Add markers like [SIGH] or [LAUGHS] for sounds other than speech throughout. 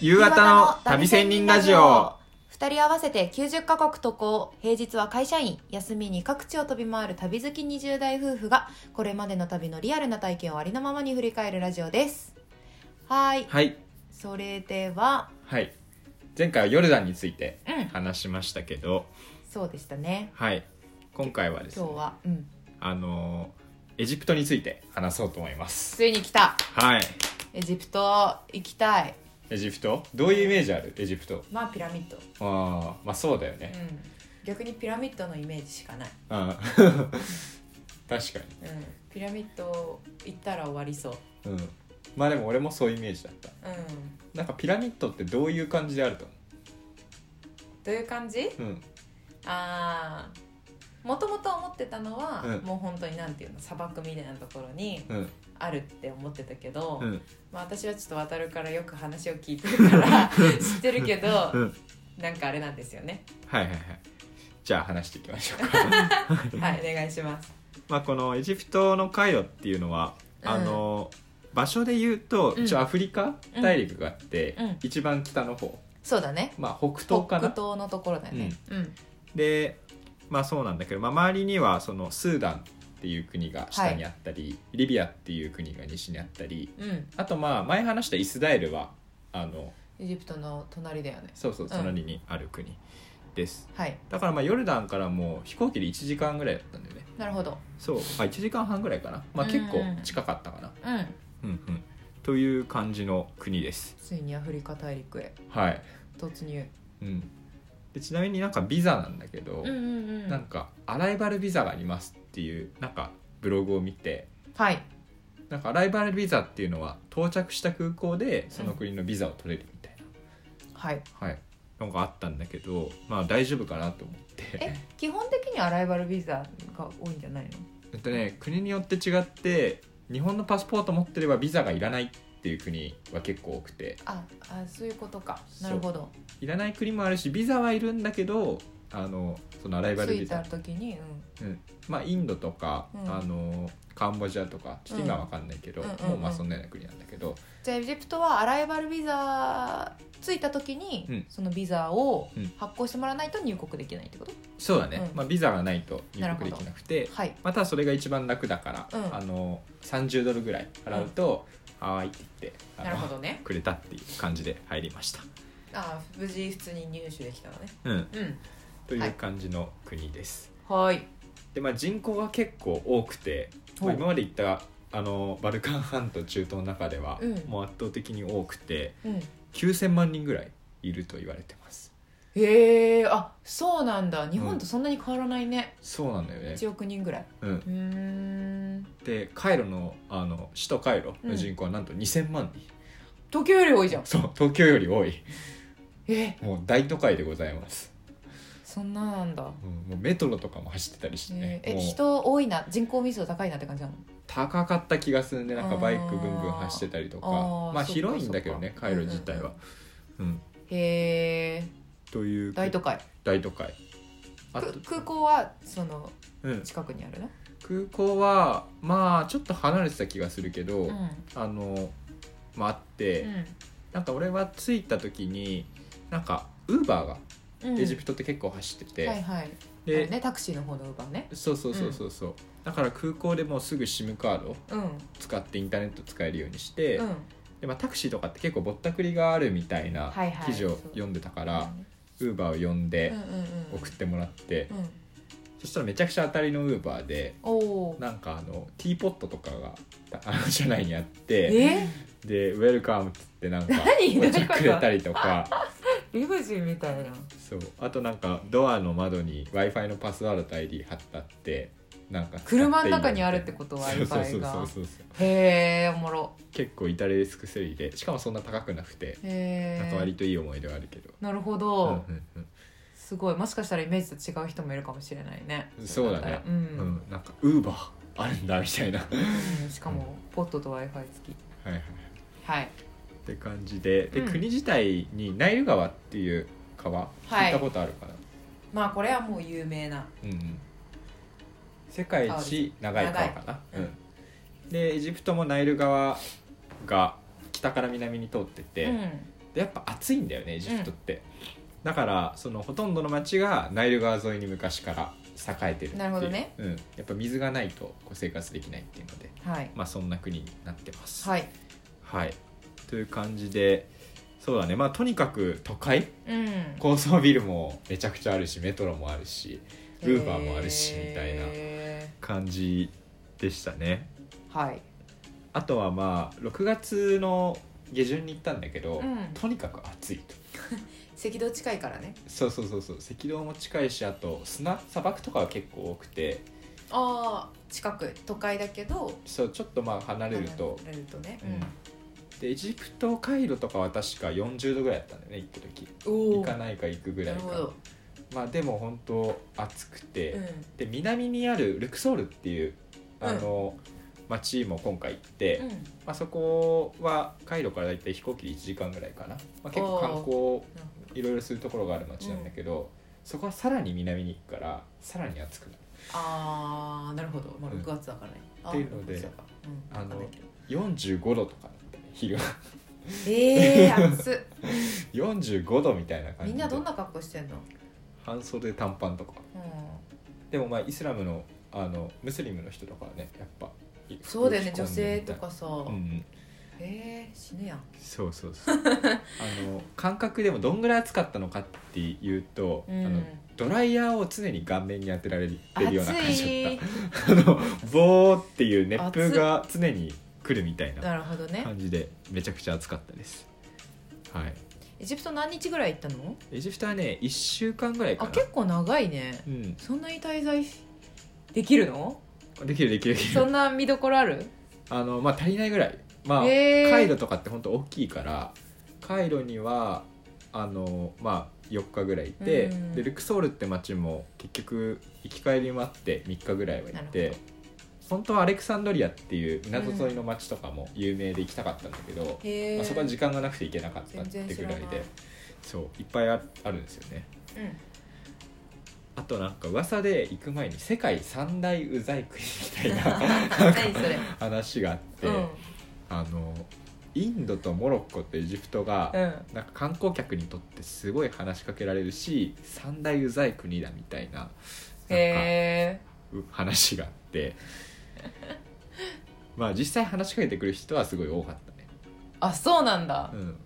夕方の旅仙人ラジオ。二人合わせて90カ国渡航平日は会社員休みに各地を飛び回る旅好き20代夫婦がこれまでの旅のリアルな体験をありのままに振り返るラジオですはいはいそれでははい前回はヨルダンについてうん話しましたけど、そうでしたねはい今回はですね今日は、うん、あのーエジプトについて話そうと思いますついに来たはいエジプト行きたいエジプトどういうイメージあるエジプトまあピラミッド、あーまあそうだようねん、逆にピラミッドのイメージしかない、うん [LAUGHS] 確かうん、ピラミッド行ったら終わりそう、にうんまあでも俺もそういうイメージだったうん、なんかピラミッドってどういう感じであるとどういう感じ思ううんああもともと思ってたのは、うんもう本当になんていうの砂漠みたいなところにうんあるって思ってたけど、うんまあ、私はちょっと渡るからよく話を聞いてるから知ってるけど、うんなんかあれなんですよねはいはいはいじゃあ話していきましょうかはいお願いしますまあ、このエジプトのカイロっていうのは、うんあの場所で言うとうん一応アフリカ大陸があって、うん一番北の方、そうだねまあ、北北東かな東のところだよねうんでまあそうなんだけど、まあ、周りにはそのスーダンっていう国が下にあったり、リビアっていう国が西にあったりうん、あとまあ前話したイスラエルはあのエジプトの隣だよねそうそううん隣にある国です、はいだからまあヨルダンからもう飛行機で1時間ぐらいだったんだよねなるほどそうあ1時間半ぐらいかな、まあ、結構近かったかな、うんうんうん、という感じの国です。ついにアフリカ大陸へはい突入うん、でちなみになんかビザなんだけど、うんうんうんなんかアライバルビザがありますっていうなんかブログを見てはいなんかアライバルビザっていうのは到着した空港でその国のビザを取れるみたいな、はいはい、のがあったんだけどまあ大丈夫かなと思ってえ基本的にアライバルビザが多いんじゃないのえっとね国によって違って日本のパスポート持ってればビザがいらないっていう国は結構多くてああそういうことかなるほどいらない国もあるしビザはいるんだけどあのそのアライバル着ビいザた時に、まあ、インドとか、うんあのカンボジアとかちょっと今は分かんないけど、うんうんうんうんもうまあそんなような国なんだけど、じゃあエジプトはアライバルビザ着いた時に、うんそのビザをうん発行してもらわないと入国できないってこと、そうだね、うんまあ、ビザがないと入国できなくてはいまたそれが一番楽だから、うんあの30ドルぐらい払うと「はーい」って言ってあのなるほどねくれたっていう感じで入りました。ああ無事普通に入手できたのねうん、うんという感じの国です。はいでまあ、人口が結構多くて、まあほう今まで言ったあのバルカン半島中東の中では、うんもう圧倒的に多くてうん9,000万人ぐらいいると言われてます。へえあそうなんだ日本とそんなに変わらないね、そうなんだよね、 1億人ぐらいうん、うーんでカイロのあの首都カイロの人口はなんと2000万人、東京より多いじゃんそう東京より多いえもう大都会でございます、そんななんだうん、もうメトロとかも走ってたりしてねえ、えもう人多いな人口密度高いなって感じなの高かった気がするんでなんかあーバイクブンブン走ってたりとかあーまあそっか広いんだけどねそっかカイロ自体は、うんへえという大都会大都会あとく、空港はそのうん、近くにあるの空港はまあちょっと離れてた気がするけど、うんあのまああって、なんか俺は着いた時になんかウーバーがうんエジプトって結構走ってて、はいはいあで、のねタクシーの方のウーバーねそうそうそうそうそうだから空港でもうすぐ SIM カードをうん使ってインターネット使えるようにして、うんでまあ、タクシーとかって結構ぼったくりがあるみたいなはいはい記事を読んでたから、うウーバーを呼んでんうんうん送ってもらって、うんそしたらめちゃくちゃ当たりのウーバーでおおなんかあのティーポットとかがあの車内にあってえでウェルカムって言ってなんか何お茶くれたりと [LAUGHS] かリムジンみたいなそうあとなんかドアの窓に w i f i のパスワードと ID 貼ってあってなんか使っていいよみた車いのな中にあるってことは w そう i そう f そう i そがうそうそうへえおもろ結構至れり尽くせりでしかもそんな高くなくて、なんへか割えといい思い出はあるけど、なるほうんどうんすごいもしかしたらイメージと違う人もいるかもしれないねそうだねううんん、うんなんかウーバーあるんだみた [LAUGHS] いなはいうんしかもポットと w i f i 付きはいっはいて感じでで、うん国自体にナイル川っていう川はい聞いたことあるかな、まあこれはもう有名なうんうん世界一長い川かな長いうん、でエジプトもナイル川が北から南に通ってて、うんでやっぱ暑いんだよねエジプトって、だからそのほとんどの町がナイル川沿いに昔から栄えてるっていうなるほどねうん、やっぱ水がないとこう生活できないっていうのではいまあそんな国になってますはいはい、という感じでそうだねまあとにかく都会うん高層ビルもめちゃくちゃあるしメトロもあるしウーバーもあるしみたいなへ感じでしたねーはいあとはまあ6月の下旬に行ったんだけど、うんとにかく暑いと赤道近いからねそうそうそうそう赤道も近いしあと砂砂漠とかは結構多くてああ近く都会だけどそうちょっとまあ離れると、慣れるとねうんでエジプトカイロとかは確か40度ぐらいだったんだよね行った時うんお行おかないか行くぐらないるほかどまあでも本当暑くて、うんで南にあるルクソールっていうあの、町も今回行って、うんまあ、そこはカイロから大体飛行機で1時間ぐらいかな、まあ、結構観光なるほどいろいろするところがある町なんだけど、そこはさらに南に行くからさらに暑くなるああなるほどまあうん6月だからねあっていうので6月だからうんあのわかんないけど45度とかだったね昼は [LAUGHS] ええ暑っ45度みたいな感じみでんなどんな格好してんの半袖短パンとかうんでもまあイスラムのあのムスリムの人とかはねやっぱそうだよね服女着込んで性みたといかさうんうんええ死ぬやんそうそう [LAUGHS] そうあの感覚でもどんぐらい暑かったのかっていうと、うんあのドライヤーを常に顔面に当てられてるような感暑じいだったあのボーっていう熱風が常に来るみたいななるほどね感じでめちゃくちゃ暑かったですはいエジプト何日ぐらい行ったのエジプトはね1週間ぐらいかあな結構長いねうんそんなに滞在できるのできるできるできそるんな見どころあるあのまあ足りないぐらいまあ、へーカイロとかって本当大きいからカイロにはあのまあ4日ぐらいいて、うんでルクソールって町も結局行き帰りもあって3日ぐらいはいなるほて本当はアレクサンドリアっていう港沿いの町とかも有名で行きたかったんだけど、へえまあ、そこは時間がなくて行けなかったって全然知ぐららないいでそういっぱいああるんですよねうんあとなんか噂で行く前に世界三大うざい国みたいな [LAUGHS] 何それ [LAUGHS] 話があって、うんあのインドとモロッコとエジプトが、うんなんか観光客にとってすごい話しかけられるし三大うざい国だみたいななんかへえう話があって [LAUGHS] まあ実際話しかけてくる人はすごい多かったね、あそうなんだうん、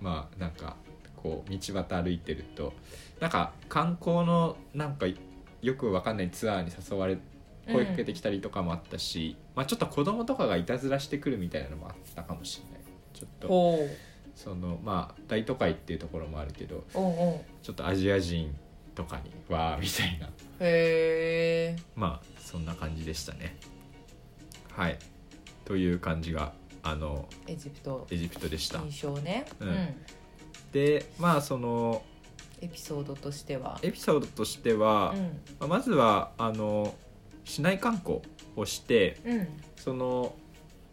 まあなんかこう道端歩いてるとなんか観光のなんかよくわかんないツアーに誘われ声かけてきたりとかもあったし、まあちょっと子供とかがいたずらしてくるみたいなのもあったかもしれないちょっとほうそのまあ大都会っていうところもあるけどおうおうちょっとアジア人とかにわーみたいなへえ [LAUGHS] まあそんな感じでしたねはいという感じがあのエジプトエジプトでした印象ねううんんでまあそのエピソードとしてはエピソードとしてはう、んまあまずはあの市内観光をしてうんその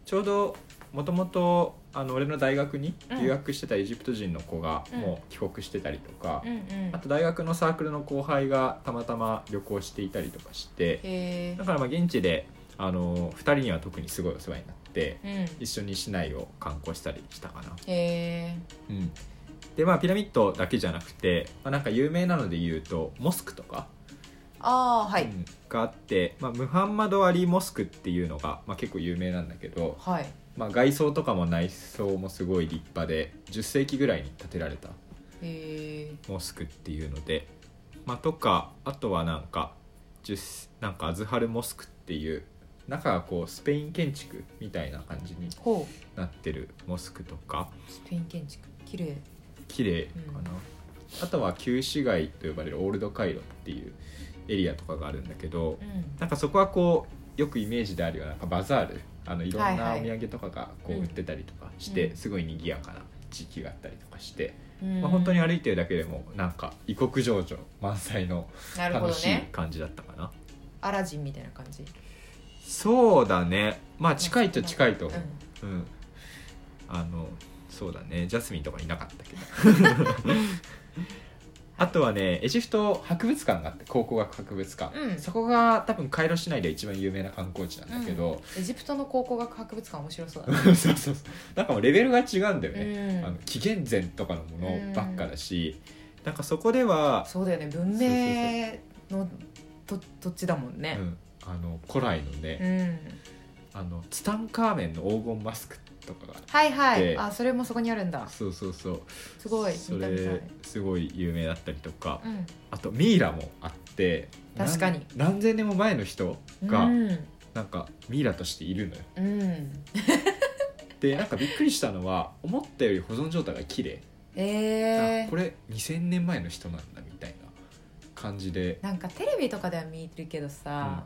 ちょうどもともとあの俺の大学に留学してたエジプト人の子がうんもう帰国してたりとか、うんうんあと大学のサークルの後輩がたまたま旅行していたりとかしてへだからまあ現地であの2人には特にすごいお世話になってえうん一緒に市内を観光したりしたかな。へえうんでまあ、ピラミッドだけじゃなくて、まあ、なんか有名なので言うとモスクとか、ああはういんがあって、まあ、ムハンマド・アリー・モスクっていうのが、まあ、結構有名なんだけど、はいまあ、外装とかも内装もすごい立派で10世紀ぐらいに建てられたへえモスクっていうので、まあ、とかあとはなんか10なんかアズハルモスクっていう中がこうスペイン建築みたいな感じにほなってるモスクとかうスペイン建築綺麗綺麗かな、あとは旧市街と呼ばれるオールドカイロっていうエリアとかがあるんだけどうんなんかそこはこうよくイメージであるようななんかバザールあのいろんなはいおはい土産とかがこううん売ってたりとかしうてんすごい賑やかな地域があったりとかして、うんまあ、本当に歩いてるだけでもなんか異国情緒満載のなるほ楽どしいね感じだったかなアラジンみたいな感じそうだねまあ近いっちゃ近いと思うんう、うん、 [LAUGHS] あのそうだねジャスミンとかいなかったけどあとはねエジプト博物館があって考古学博物館、うんそこが多分カイロ市内で一番有名な観光地なんだけど、エジプトの考古学博物館面白そうだね [LAUGHS] そうそうそうなんかもうレベルが違うんだよね、うんあの紀元前とかのものばっかだし、なんかそこでは、そうだよね文明のと土地だもんうねん、あの古来のうん、ね、あのツタンカーメンの黄金マスクとかがはいはいであそれもそこにあるんだそうそうそうすごいそ見た見たいれすごい有名だったりとか、うんあとミイラもあって確かになん何千年も前の人がうんなんかミイラとしているのよ、うんでなんかびっくりしたのは思ったより保存状態が綺麗、えあこー、れ2000年前の人なんだみたいな感じでなんかテレビとかでは見るけどさ、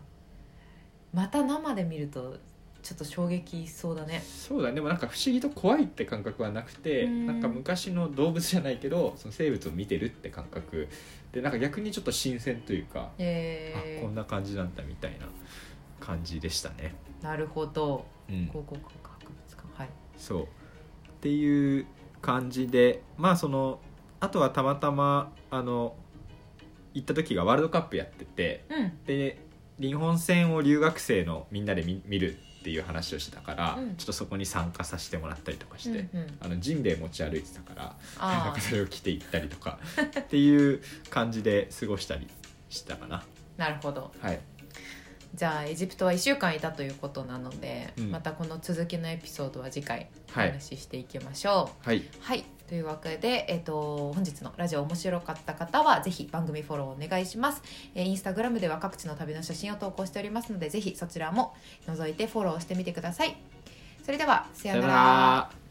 また生で見るとちょっと衝撃そうだねそうだねでもなんか不思議と怖いって感覚はなくてうんなんか昔の動物じゃないけどその生物を見てるって感覚でなんか逆にちょっと新鮮というか、えあこんな感じなんだみたいな感じでしたね。ー、なるほどうん、考古学博物館はいそうっていう感じでまあそのあとはたまたまあの行った時がワールドカップやっててうんで日本戦を留学生のみんなで見見るっていう話をしてたから、うんちょっとそこに参加させてもらったりとかして。うんうん、あのジンベエ持ち歩いてたからなん [LAUGHS] あかそれを着て行ったりとかっていう感じで過ごしたりしたかなあなるほどはいじゃあエジプトは1週間いたということなので、うんまたこの続きのエピソードは次回おはい話ししていきましょはい、う。はい、というわけで、えっと本日のラジオ面白かった方はぜひ番組フォローお願いします、えーインスタグラムでは各地の旅の写真を投稿しておりますのでぜひそちらも覗いてフォローしてみてくださいそれではさようなら。